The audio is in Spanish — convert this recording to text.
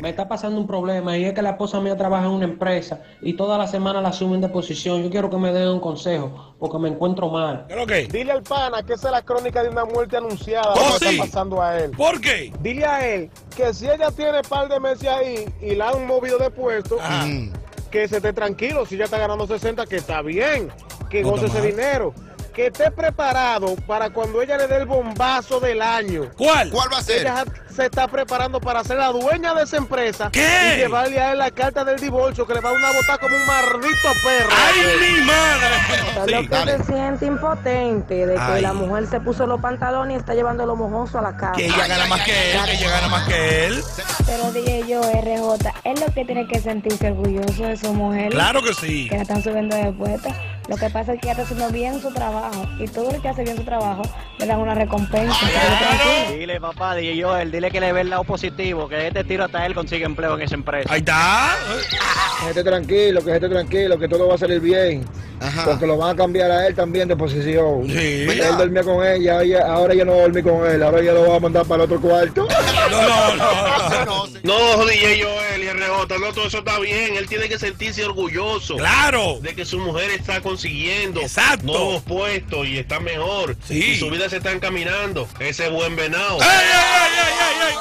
me está pasando un problema y es que la esposa mía trabaja en una empresa y toda la semana la asumen de posición. Yo quiero que me den un consejo porque me encuentro mal. ¿Qué es lo que? es? Dile al pana que esa es la crónica de una muerte anunciada. Oh, lo que sí. está pasando a él. ¿Por qué? Dile a él que si ella tiene par de meses ahí y la han movido de puesto, Mm. Ajá. que se esté tranquilo. Si ya está ganando 60, que está bien. Que No goce está ese mal. dinero. Que esté preparado para cuando ella le dé el bombazo del año. ¿Cuál? ¿Cuál va a ser? Ella ya se está preparando para ser la dueña de esa empresa ¿Qué? y llevarle a él la carta del divorcio que le va a dar una botar como un maldito perro. ¡Ay, mi Lo madre! que Sí. dale. se siente impotente de que Ay. la mujer se puso los pantalones y está llevando los mojosos a la casa. Que ella gana más que él, que ella gana más que él. Pero dije yo, RJ, es lo que tiene que sentirse orgulloso de su mujer. Claro que sí. Que la están subiendo de puesta. Lo que pasa es que ella está haciendo bien su trabajo. Y todo el que hace bien su trabajo le dan una recompensa. ¡Claro! Dile, papá, dile Joel, dile que le ve el lado positivo, que este tiro hasta él consigue empleo en esa empresa. Ahí está. Que esté tranquilo, que esté tranquilo, que todo va a salir bien. Ajá. Porque lo van a cambiar a él también de posición. Sí. Él dormía con ella, ella- ahora ya no va a dormir con él, ahora ya lo va a mandar para el otro cuarto. No, no, no. no. No, no, sí. No, DJ Joel y RJ, no, todo eso está bien. Él tiene que sentirse orgulloso ¡Claro! de que su mujer está consiguiendo Exacto. nuevos puestos y está mejor. Sí. Y su vida se está encaminando. Ese buen venado. ¡Ey, ey, ey, ey, ey, ey!